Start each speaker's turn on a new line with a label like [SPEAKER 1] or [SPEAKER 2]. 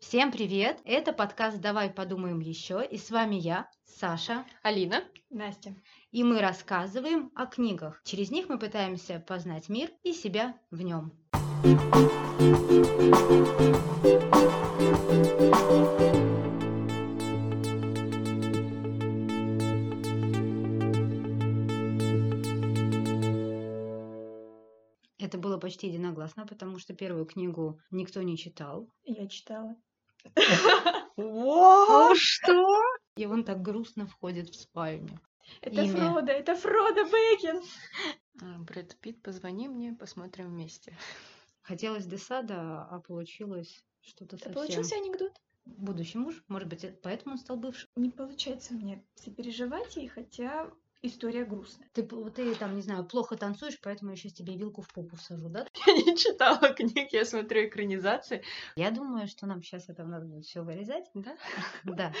[SPEAKER 1] Всем привет! Это подкаст «Давай подумаем еще» и с вами я, Саша,
[SPEAKER 2] Алина.
[SPEAKER 3] Настя.
[SPEAKER 1] и мы рассказываем о книгах. Через них мы пытаемся познать мир и себя в нем. Это было почти единогласно, потому что первую книгу никто не читал.
[SPEAKER 3] Я читала.
[SPEAKER 2] А
[SPEAKER 1] что? А? И он так грустно входит в спальню.
[SPEAKER 3] Это
[SPEAKER 1] Имя.
[SPEAKER 3] Фродо, это Фродо Бэггин.
[SPEAKER 2] А, Брэд Питт, позвони мне, посмотрим вместе.
[SPEAKER 1] Хотелось досада, а получилось что-то
[SPEAKER 3] Это
[SPEAKER 1] совсем.
[SPEAKER 3] получился анекдот?
[SPEAKER 1] Будущий муж, может быть, э, поэтому он стал бывшим.
[SPEAKER 3] Не получается мне сопереживать ей, хотя история грустная.
[SPEAKER 1] Ты, п- ты там, не знаю, плохо танцуешь, поэтому я сейчас тебе вилку в попу всажу, да?
[SPEAKER 2] Я не читала книг, я смотрю экранизации.
[SPEAKER 1] Я думаю, что нам сейчас это надо будет все вырезать.
[SPEAKER 2] Да?
[SPEAKER 1] Да.